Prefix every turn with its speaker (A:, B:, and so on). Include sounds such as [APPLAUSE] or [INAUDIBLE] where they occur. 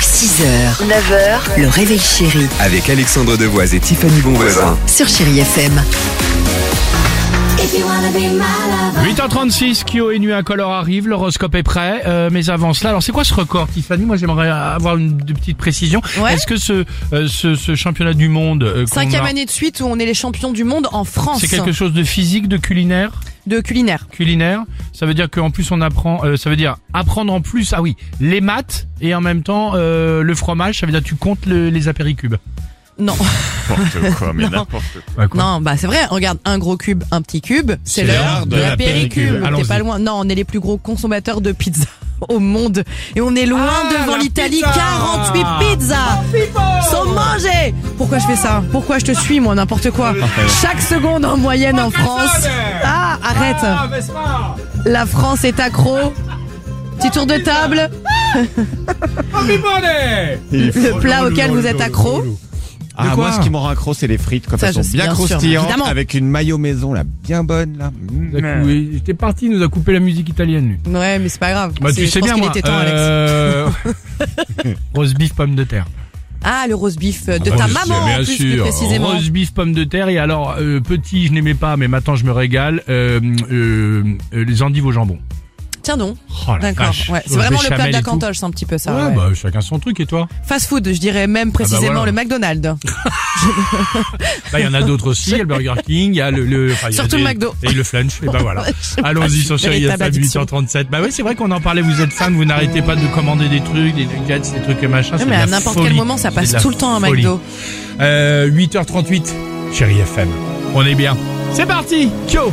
A: 6h, 9h, le réveil chéri
B: Avec Alexandre Devoise et Tiffany Bonvoisin.
A: sur Chéri FM.
C: 8h36, Kyo et Nuit Incolore arrive, l'horoscope est prêt, euh, mais avant cela, alors c'est quoi ce record Tiffany Moi j'aimerais avoir une, une petite précision.
D: Ouais.
C: Est-ce que ce, euh, ce, ce championnat du monde... euh, qu'on
D: Cinquième
C: a-
D: année de suite où on est les champions du monde en France
C: C'est quelque chose de physique, de culinaire
D: de culinaire.
C: Culinaire, ça veut dire qu'en plus on apprend, euh, ça veut dire apprendre en plus, ah oui, les maths et en même temps euh, le fromage, ça veut dire tu comptes le- les apéricubes.
D: Non,
E: N'importe quoi,
D: [LAUGHS]
E: mais n'importe
C: Bah, quoi.
D: non, bah c'est vrai. Regarde, un gros cube, un petit cube, c'est l'heure de la péricube. T'es
C: Allons-y.
D: pas loin. Non, on est les plus gros consommateurs de pizza [LAUGHS] au monde et on est loin
C: Ah,
D: devant
C: la
D: l'Italie.
C: pizza
D: 48 pizzas sont mangées. Pourquoi je fais ça Pourquoi je te suis moi N'importe quoi. Chaque seconde en moyenne en France. Ah, arrête. La France est accro. Petit tour de table. Le plat auquel vous êtes accro.
C: De
E: Ah,
C: quoi
E: moi, ce qui m'en raccro, c'est les frites, comme
D: Ça,
E: elles
D: je
E: sont
D: sais,
E: bien,
D: bien sûr,
E: croustillantes,
D: évidemment.
E: avec une maillot maison, là, bien bonne, là. Mmh.
C: J'étais parti, il nous a coupé la musique italienne lui.
D: Ouais, mais c'est pas grave.
C: Bah,
D: C'est-
C: tu
D: je
C: sais
D: pense
C: bien,
D: qu'il
C: moi.
D: était temps, Alex.
C: euh... [LAUGHS] Rose beef, pomme de terre.
D: Ah, le roast beef de ta maman, en
C: bien
D: plus, plus
C: sûr.
D: précisément.
C: Rose beef, pomme de terre. Et alors, euh, petit, je n'aimais pas, mais maintenant je me régale. Euh, euh, euh, les endives au jambon.
D: Tiens donc.
C: Oh, la
D: D'accord.
C: vache.
D: Ouais, c'est
C: Sauce
D: vraiment le plat de
C: béchamel
D: la
C: et tout.
D: cantoche, c'est un petit peu ça.
C: ouais,
D: ouais.
C: bah chacun son truc. Et
D: [LAUGHS]
C: toi
D: Fast food, je dirais même
C: voilà.
D: précisément le
C: [LAUGHS]
D: McDonald's.
C: Bah, il y en a d'autres aussi. Il y a le Burger King, il y a le, le enfin, il y a
D: Surtout
C: des-
D: le McDo.
C: et le flunch. Et bah
D: [LAUGHS]
C: voilà.
D: Je sais pas,
C: Allons-y sur
D: c'est une
C: Chéri
D: véritable
C: FM
D: addiction.
C: 8h37. Bah oui, c'est vrai qu'on en parlait. Vous êtes fan, vous n'arrêtez pas de commander des trucs, des nuggets, des trucs et machin.
D: Ouais,
C: c'est
D: mais
C: de
D: à
C: la
D: n'importe
C: folie.
D: quel moment, ça
C: C'est
D: passe
C: de la
D: tout le temps à
C: folie.
D: McDo.
C: Euh, 8h38, chérie FM. On est bien. C'est parti, Kyo